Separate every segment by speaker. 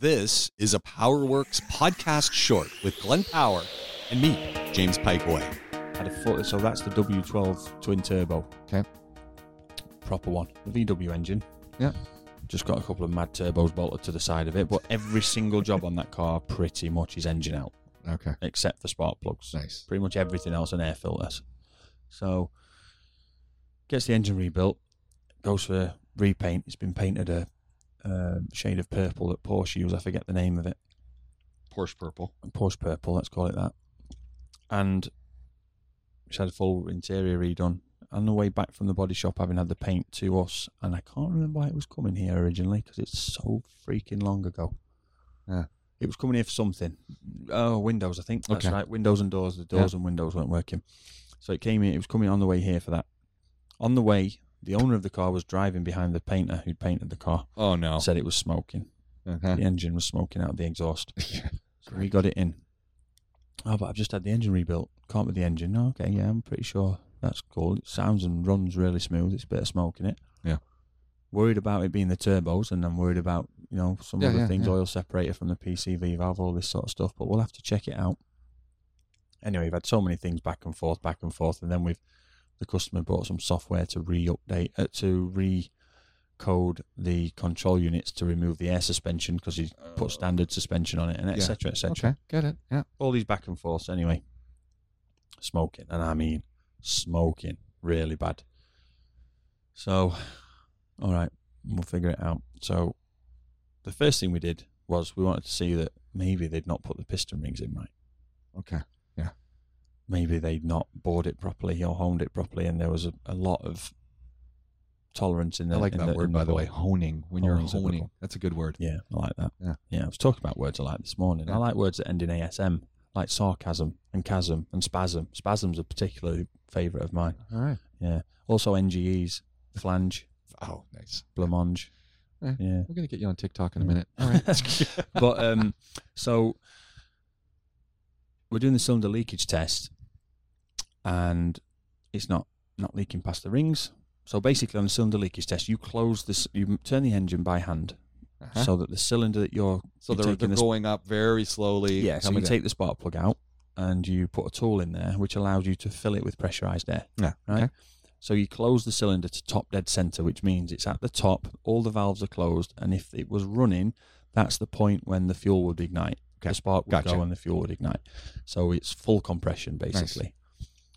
Speaker 1: This is a PowerWorks podcast short with Glenn Power and me, James Pikeway.
Speaker 2: Had a foot, so that's the W12 twin turbo.
Speaker 3: Okay.
Speaker 2: Proper one. The VW engine.
Speaker 3: Yeah.
Speaker 2: Just got a couple of mad turbos bolted to the side of it, but every single job on that car pretty much is engine out,
Speaker 3: Okay.
Speaker 2: except for spark plugs.
Speaker 3: Nice.
Speaker 2: Pretty much everything else and air filters. So gets the engine rebuilt, goes for repaint. It's been painted a um, shade of purple that Porsche use. I forget the name of it.
Speaker 1: Porsche Purple.
Speaker 2: Porsche purple, let's call it that. And it's had a full interior redone. On the way back from the body shop, having had the paint to us, and I can't remember why it was coming here originally because it's so freaking long ago.
Speaker 3: Yeah.
Speaker 2: It was coming here for something. Oh, windows, I think. That's
Speaker 3: Okay.
Speaker 2: right. Windows and doors. The doors and windows weren't working. So it came in, it was coming on the way here for that. On the way, the owner of the car was driving behind the painter who'd painted the car,
Speaker 1: Oh, no.
Speaker 2: said it was smoking
Speaker 3: Okay.
Speaker 2: the engine was smoking out of the exhaust. so we got it in. Oh, but I've just had the engine rebuilt. Can't with the engine. No, okay, yeah, I'm pretty sure that's cool. It sounds and runs really smooth. It's a bit of smoke in it.
Speaker 1: Yeah.
Speaker 2: Worried about it being the turbos, and I'm worried about you know some
Speaker 3: Yeah,
Speaker 2: other
Speaker 3: yeah,
Speaker 2: things,
Speaker 3: yeah.
Speaker 2: oil separator from the PCV valve, all this sort of stuff. But we'll have to check it out. Anyway, we've had so many things back and forth, back and forth, and then we've the customer bought some software to re-update uh, to re code the control units to remove the air suspension because he put standard suspension on it and etc cetera, etc
Speaker 3: Uh, Okay. Get it. Yeah.
Speaker 2: all these back and forths anyway smoking and i mean smoking really bad so all right we'll figure it out so the first thing we did was we wanted to see that maybe they'd not put the piston rings in right
Speaker 3: Okay.
Speaker 2: maybe they'd not bored it properly or honed it properly and there was a, a lot of tolerance in
Speaker 3: I
Speaker 2: there
Speaker 3: like that word, by the way. Honing. When you're
Speaker 2: Honing's a good
Speaker 3: honing,
Speaker 2: one.
Speaker 3: that's a good word.
Speaker 2: Yeah, I like that.
Speaker 3: Yeah.
Speaker 2: I was talking about words I like this morning. I
Speaker 3: Yeah.
Speaker 2: like words that end in ASM, like sarcasm and chasm and spasm. Spasm's a particularly favourite of mine.
Speaker 3: All right.
Speaker 2: Yeah. Also NGEs, flange,
Speaker 3: Oh, nice.
Speaker 2: blancmange.
Speaker 3: Yeah.
Speaker 2: Yeah.
Speaker 3: We're gonna get you on TikTok in a
Speaker 2: Yeah.
Speaker 3: minute. All right.
Speaker 2: but um, so we're doing the cylinder leakage test, and it's not not leaking past the rings. So basically, on the cylinder leakage test, you close this, you turn the engine by hand,
Speaker 3: Uh-huh.
Speaker 2: so that the cylinder that you're
Speaker 1: So
Speaker 2: you're
Speaker 1: they're,
Speaker 2: taking
Speaker 1: they're
Speaker 2: the
Speaker 1: going up very slowly.
Speaker 2: Yeah, so you
Speaker 1: coming down.
Speaker 2: take the spark plug out and you put a tool in there which allows you to fill it with pressurized air.
Speaker 3: Yeah,
Speaker 2: Right?
Speaker 3: okay.
Speaker 2: So you close the cylinder to top dead center, which means it's at the top, all the valves are closed, and if it was running, that's the point when the fuel would ignite. The spark would
Speaker 3: Gotcha.
Speaker 2: go and the fuel would ignite. So it's full compression basically.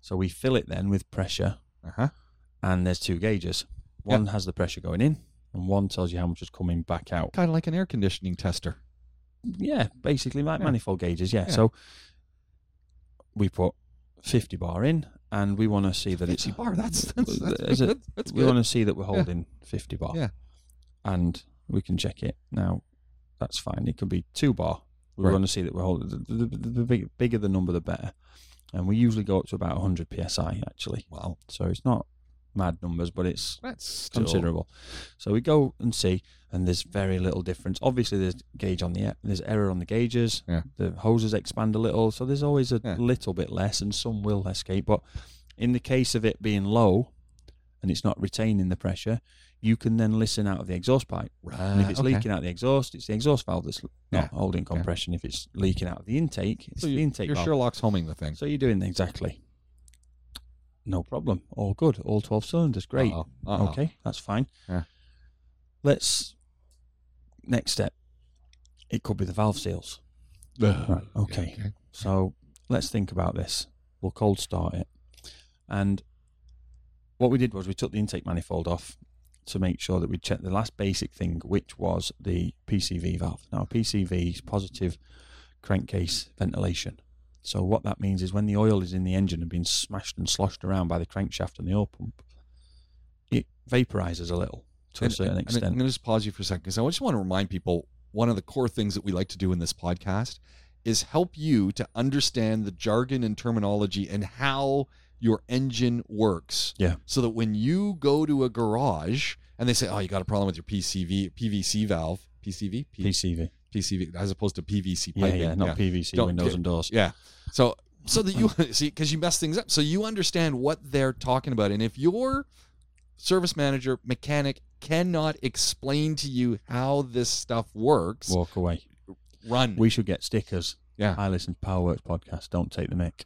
Speaker 2: So we fill it then with pressure
Speaker 3: Uh-huh.
Speaker 2: and there's two gauges.
Speaker 3: Yeah.
Speaker 2: One has the pressure going in and one tells you how much is coming back out.
Speaker 3: Kind of like an air conditioning tester.
Speaker 2: Yeah, basically like
Speaker 3: Yeah.
Speaker 2: manifold gauges. Yeah.
Speaker 3: Yeah.
Speaker 2: So we put 50 bar in, and we want to see that it's
Speaker 3: 50 bar. That's that's,
Speaker 2: Well,
Speaker 3: that's,
Speaker 2: is it-
Speaker 3: that's, that's
Speaker 2: we
Speaker 3: good.
Speaker 2: want to see that we're holding 50 bar.
Speaker 3: Yeah.
Speaker 2: And we can check it now. That's fine. It could be two bar. We
Speaker 3: Right.
Speaker 2: want to see that we're holding. The, the, the, the big, bigger the number, the better. And we usually go up to about 100 psi actually.
Speaker 3: Wow.
Speaker 2: So it's not mad numbers, but it's
Speaker 3: That's still,
Speaker 2: considerable. So we go and see, and there's very little difference. Obviously, there's gauge on the e, there's error on the gauges.
Speaker 3: Yeah.
Speaker 2: The hoses expand a little, so there's always a
Speaker 3: Yeah.
Speaker 2: little bit less, and some will escape. But in the case of it being low, and it's not retaining the pressure, you can then listen out of the exhaust pipe. And if
Speaker 3: Right,
Speaker 2: it's
Speaker 3: Uh, okay.
Speaker 2: leaking out the exhaust, it's the exhaust valve that's not
Speaker 3: Yeah.
Speaker 2: holding compression. If it's leaking out of the intake, it's
Speaker 3: So
Speaker 2: the
Speaker 3: you,
Speaker 2: intake
Speaker 3: you're
Speaker 2: valve.
Speaker 3: Sherlock's homing the thing.
Speaker 2: So you're doing exactly. No problem. All good. All 12 cylinders. Great.
Speaker 3: Uh-oh, uh-oh.
Speaker 2: Okay, that's fine.
Speaker 3: Uh-huh. Yeah.
Speaker 2: Let's next step. It could be the valve seals. Right. Okay.
Speaker 3: okay.
Speaker 2: So let's think about this. We'll cold start it. And what we did was we took the intake manifold off to make sure that we checked the last basic thing, which was the PCV valve. Now, PCV is positive crankcase ventilation. So, what that means is when the oil is in the engine and being smashed and sloshed around by the crankshaft and the oil pump, it vaporizes a little to
Speaker 3: And- uh,
Speaker 2: a certain
Speaker 3: and-
Speaker 2: extent.
Speaker 3: And, I'm going to just pause you for a second because I just want to remind people one of the core things that we like to do in this podcast is help you to understand the jargon and terminology and how your engine works.
Speaker 2: Yeah.
Speaker 3: So that when you go to a garage and they say, "Oh, you got a problem with your PCV PVC valve, PCV, P-
Speaker 2: PCV.
Speaker 3: PCV," as opposed to PVC
Speaker 2: Yeah,
Speaker 3: piping.
Speaker 2: yeah, not PVC
Speaker 3: Don't-
Speaker 2: windows and doors.
Speaker 3: Yeah. So so that you see because you mess things up, so you understand what they're talking about, and if your service manager mechanic cannot explain to you how this stuff works,
Speaker 2: Walk away.
Speaker 3: Run.
Speaker 2: We should get stickers.
Speaker 3: Yeah.
Speaker 2: I listen to Powerworks podcast. Don't take the mic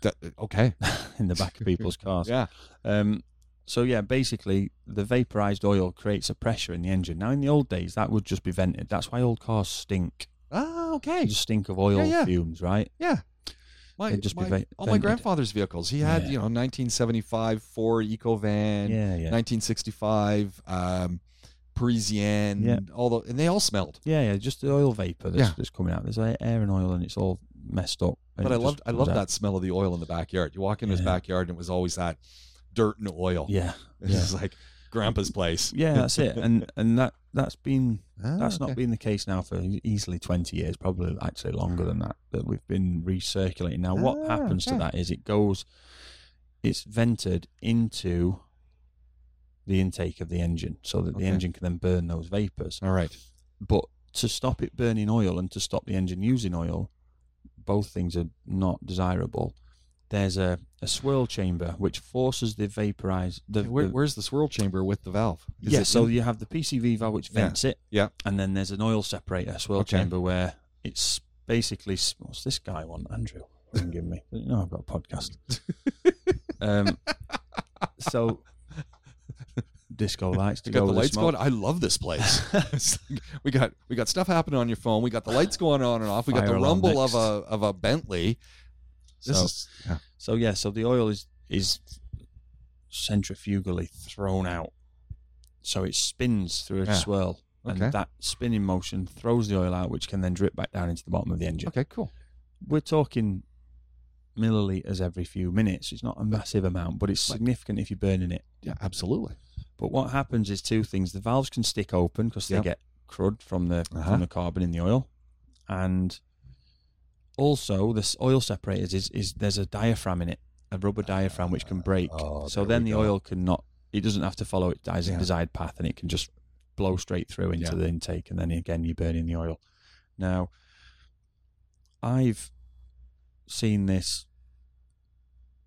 Speaker 3: That- okay.
Speaker 2: in the back of people's cars.
Speaker 3: Yeah.
Speaker 2: Um, so yeah, basically the vaporized oil creates a pressure in the engine. Now in the old days that would just be vented. That's why old cars stink.
Speaker 3: Ah,
Speaker 2: They
Speaker 3: okay.
Speaker 2: just stink of oil
Speaker 3: Yeah, yeah.
Speaker 2: fumes, right?
Speaker 3: My,
Speaker 2: They'd just be
Speaker 3: my-
Speaker 2: va-
Speaker 3: all my
Speaker 2: vented.
Speaker 3: grandfather's vehicles. He had,
Speaker 2: Yeah.
Speaker 3: you know, 1975 Ford Ecovan,
Speaker 2: yeah, yeah.
Speaker 3: 1965 um, Parisienne,
Speaker 2: Yeah.
Speaker 3: all the, and they all smelled.
Speaker 2: Yeah, yeah, just the oil vapor that's,
Speaker 3: Yeah.
Speaker 2: that's coming out. There's air and oil, and it's all messed up. and
Speaker 3: But
Speaker 2: it
Speaker 3: I
Speaker 2: just
Speaker 3: loved I
Speaker 2: comes
Speaker 3: loved
Speaker 2: out.
Speaker 3: that smell of the oil in the backyard. You walk in his
Speaker 2: Yeah.
Speaker 3: backyard and it was always that dirt and oil.
Speaker 2: Yeah,
Speaker 3: It was like grandpa's place.
Speaker 2: yeah, that's it. And and that that's been
Speaker 3: Ah,
Speaker 2: that's not
Speaker 3: okay.
Speaker 2: been the case now for e-, easily 20 years, probably actually longer than that. That we've been recirculating. Now, what
Speaker 3: Ah,
Speaker 2: happens
Speaker 3: okay.
Speaker 2: to that is it goes, it's vented into the intake of the engine, so that
Speaker 3: Okay.
Speaker 2: the engine can then burn those vapors.
Speaker 3: all right.
Speaker 2: But to stop it burning oil and to stop the engine using oil, both things are not desirable. There's a, a swirl chamber which forces the vaporize the,
Speaker 3: Okay, where,
Speaker 2: the-
Speaker 3: where's the swirl chamber with the valve? Is
Speaker 2: yeah.
Speaker 3: it
Speaker 2: So
Speaker 3: in-
Speaker 2: you have the PCV valve which
Speaker 3: Yeah,
Speaker 2: vents it.
Speaker 3: yeah.
Speaker 2: And then there's an oil separator swirl
Speaker 3: Okay.
Speaker 2: chamber where it's basically s- what's this guy want? Andrew, Fucking give me. You know I've got a podcast. um, so disco lights to
Speaker 3: we got
Speaker 2: go
Speaker 3: the
Speaker 2: with
Speaker 3: lights
Speaker 2: smoke.
Speaker 3: going. I love this place. It's like, we got we got stuff happening on your phone. We got the lights going on and off. We got
Speaker 2: Fire
Speaker 3: the
Speaker 2: alarm
Speaker 3: rumble of
Speaker 2: next.
Speaker 3: a of a Bentley. This
Speaker 2: So-
Speaker 3: is yeah.
Speaker 2: So yeah, so the oil is is centrifugally thrown out. So it spins through a
Speaker 3: Yeah.
Speaker 2: swirl,
Speaker 3: Ah, Okay.
Speaker 2: and that spinning motion throws the oil out, which can then drip back down into the bottom of the engine.
Speaker 3: okay, cool.
Speaker 2: We're talking milliliters every few minutes. It's not a massive amount, but it's
Speaker 3: But-
Speaker 2: significant if you're burning it.
Speaker 3: Yeah, absolutely.
Speaker 2: But what happens is two things: the valves can stick open because they
Speaker 3: Yep.
Speaker 2: get crud from the
Speaker 3: Uh-huh.
Speaker 2: from the carbon in the oil, and also this oil separators is is there's a diaphragm in it, a rubber diaphragm which can break.
Speaker 3: Oh,
Speaker 2: so
Speaker 3: there
Speaker 2: then
Speaker 3: we
Speaker 2: the
Speaker 3: go.
Speaker 2: oil cannot. It doesn't have to follow its desi-
Speaker 3: Yeah.
Speaker 2: desired path, and it can just blow straight through into
Speaker 3: Yeah.
Speaker 2: the intake, and then again you're burning the oil. Now, I've seen this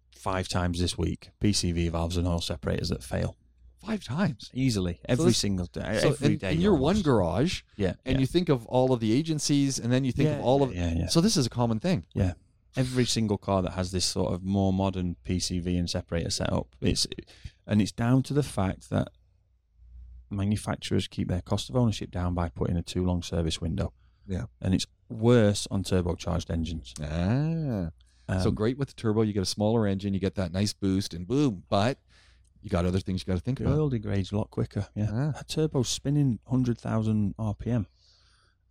Speaker 2: five times this week: PCV valves and oil separators that fail
Speaker 3: Five times.
Speaker 2: easily every
Speaker 3: this-
Speaker 2: single day.
Speaker 3: So
Speaker 2: every
Speaker 3: in,
Speaker 2: day
Speaker 3: in your one
Speaker 2: almost.
Speaker 3: garage,
Speaker 2: yeah,
Speaker 3: and
Speaker 2: yeah.
Speaker 3: you think of all of the agencies, and then you think
Speaker 2: Yeah,
Speaker 3: of all of.
Speaker 2: yeah, yeah.
Speaker 3: So this is a common thing.
Speaker 2: every single car that has this sort of more modern PCV and separator setup. It's and it's down to the fact that manufacturers keep their cost of ownership down by putting a too long service window.
Speaker 3: Yeah.
Speaker 2: and it's worse on turbocharged engines.
Speaker 3: Ah.
Speaker 2: Um,
Speaker 3: so great with the turbo, you get a smaller engine, you get that nice boost, and boom. But you got other things you got to think
Speaker 2: The
Speaker 3: about.
Speaker 2: oil degrades a lot quicker. Yeah,
Speaker 3: Ah.
Speaker 2: that turbo's spinning hundred thousand RPM,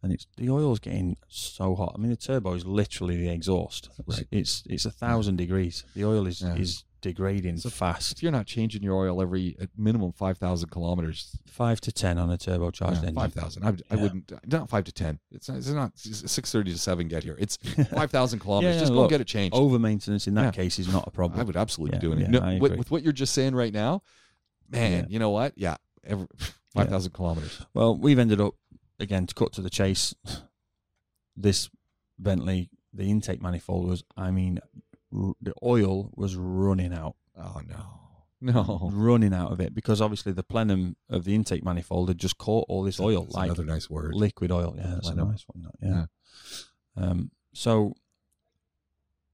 Speaker 2: and it's the oil's getting so hot. I mean, the turbo is literally the exhaust. It's
Speaker 3: Right.
Speaker 2: it's, it's a thousand degrees. The oil is
Speaker 3: Yeah.
Speaker 2: is degrading
Speaker 3: So-
Speaker 2: fast.
Speaker 3: If you're not changing your oil every at minimum five thousand kilometers, uh,
Speaker 2: Five to ten on a turbocharged engine.
Speaker 3: five thousand. I, would- I
Speaker 2: Yeah.
Speaker 3: wouldn't. Not five to ten. It's not. It's not six thirty to seven. Get here. It's five thousand kilometers.
Speaker 2: yeah,
Speaker 3: Just go
Speaker 2: look,
Speaker 3: get it changed.
Speaker 2: Over maintenance in that
Speaker 3: Yeah.
Speaker 2: case is not a problem.
Speaker 3: I would absolutely be
Speaker 2: Yeah,
Speaker 3: doing it.
Speaker 2: yeah,
Speaker 3: No,
Speaker 2: I
Speaker 3: with,
Speaker 2: agree.
Speaker 3: with what you're just saying right now, man.
Speaker 2: Yeah.
Speaker 3: You know what? Yeah. Every, Five thousand kilometers.
Speaker 2: Well, we've ended up again to cut to the chase. This Bentley, the intake manifold was, I mean, r- the oil was running out.
Speaker 3: Oh no, no.
Speaker 2: running out of it because obviously the plenum of the intake manifold had just caught all this oil,
Speaker 3: That's
Speaker 2: like
Speaker 3: another nice word.
Speaker 2: liquid oil. Yeah, that's a
Speaker 3: Plenum.
Speaker 2: nice one. that, Yeah. Um, so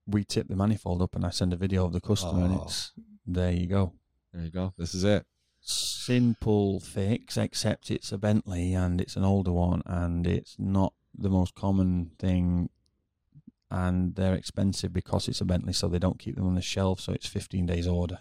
Speaker 2: we tip the manifold up, and I send a video of the customer, and
Speaker 3: Oh.
Speaker 2: it's there. You go.
Speaker 3: There you go. This is it.
Speaker 2: Simple fix, except it's a Bentley and it's an older one, and it's not the most common thing. And they're expensive because it's a Bentley, so they don't keep them on the shelf. So it's 15 days order.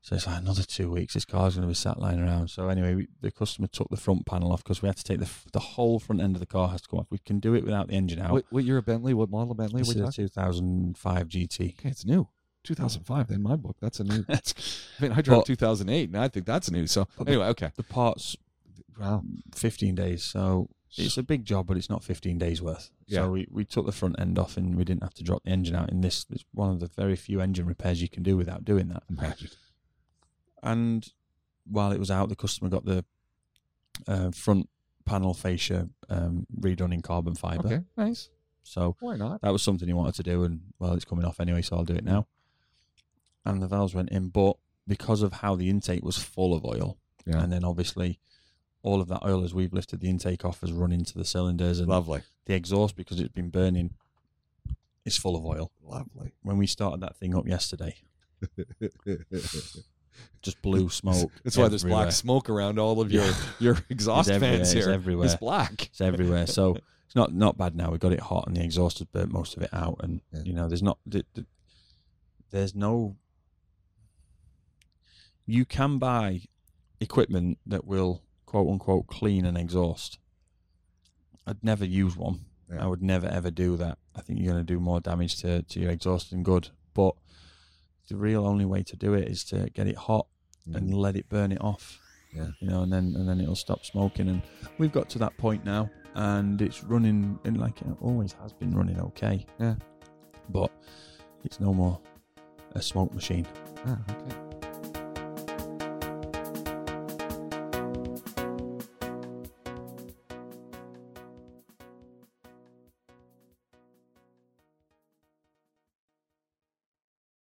Speaker 2: So it's like another two weeks. This car's going to be sat lying around. So anyway, we, the customer took the front panel off because we had to take the f- the whole front end of the car has to come off. We can do it without the engine out.
Speaker 3: What, what year of Bentley? What model of Bentley?
Speaker 2: this
Speaker 3: We're
Speaker 2: is a
Speaker 3: talking?
Speaker 2: 2005 GT.
Speaker 3: Okay, it's new. 2005 in my book. That's a new.
Speaker 2: the
Speaker 3: I mean, I drove
Speaker 2: But-
Speaker 3: 2008, and I think that's new. So
Speaker 2: But-
Speaker 3: anyway, okay.
Speaker 2: parts
Speaker 3: Wow.
Speaker 2: 15 days. So it's a big job, but it's not 15 days worth.
Speaker 3: Yeah.
Speaker 2: So we, we took the front end off and we didn't have to drop the engine out. In this, it's one of the very few engine repairs you can do without doing that.
Speaker 3: Magic.
Speaker 2: And while it was out, the customer got the uh, front panel fascia um, redone in carbon fiber.
Speaker 3: Okay, nice.
Speaker 2: So
Speaker 3: Why not?
Speaker 2: that was something he wanted to do, and well, it's coming off anyway, so I'll do it now. And the valves went in, but because of how the intake was full of oil,
Speaker 3: Yeah.
Speaker 2: and then obviously all of that oil as we've lifted the intake off has run into the cylinders and
Speaker 3: Lovely.
Speaker 2: the exhaust because it's been burning is full of oil.
Speaker 3: Lovely.
Speaker 2: When we started that thing up yesterday, just blue smoke.
Speaker 3: That's why there's
Speaker 2: everywhere.
Speaker 3: black smoke around all of your
Speaker 2: Yeah.
Speaker 3: your exhaust
Speaker 2: It's everywhere,
Speaker 3: fans
Speaker 2: it's
Speaker 3: here.
Speaker 2: everywhere.
Speaker 3: It's black.
Speaker 2: It's everywhere. So it's not not bad now. We got it hot, and the exhaust has burnt most of it out. And
Speaker 3: Yeah.
Speaker 2: you know, there's not th- th- there's no. You can buy equipment that will quote unquote clean an exhaust. I'd never use one.
Speaker 3: Yeah.
Speaker 2: I would never ever do that. I think you're going to do more damage to to your exhaust than good. But the real only way to do it is to get it hot and let it burn it off.
Speaker 3: Mm. Yeah.
Speaker 2: You know, and then and then it'll stop smoking. And we've got to that point now, and it's running and like it always has been running okay.
Speaker 3: Yeah.
Speaker 2: But it's no more a smoke machine.
Speaker 3: Ah, okay.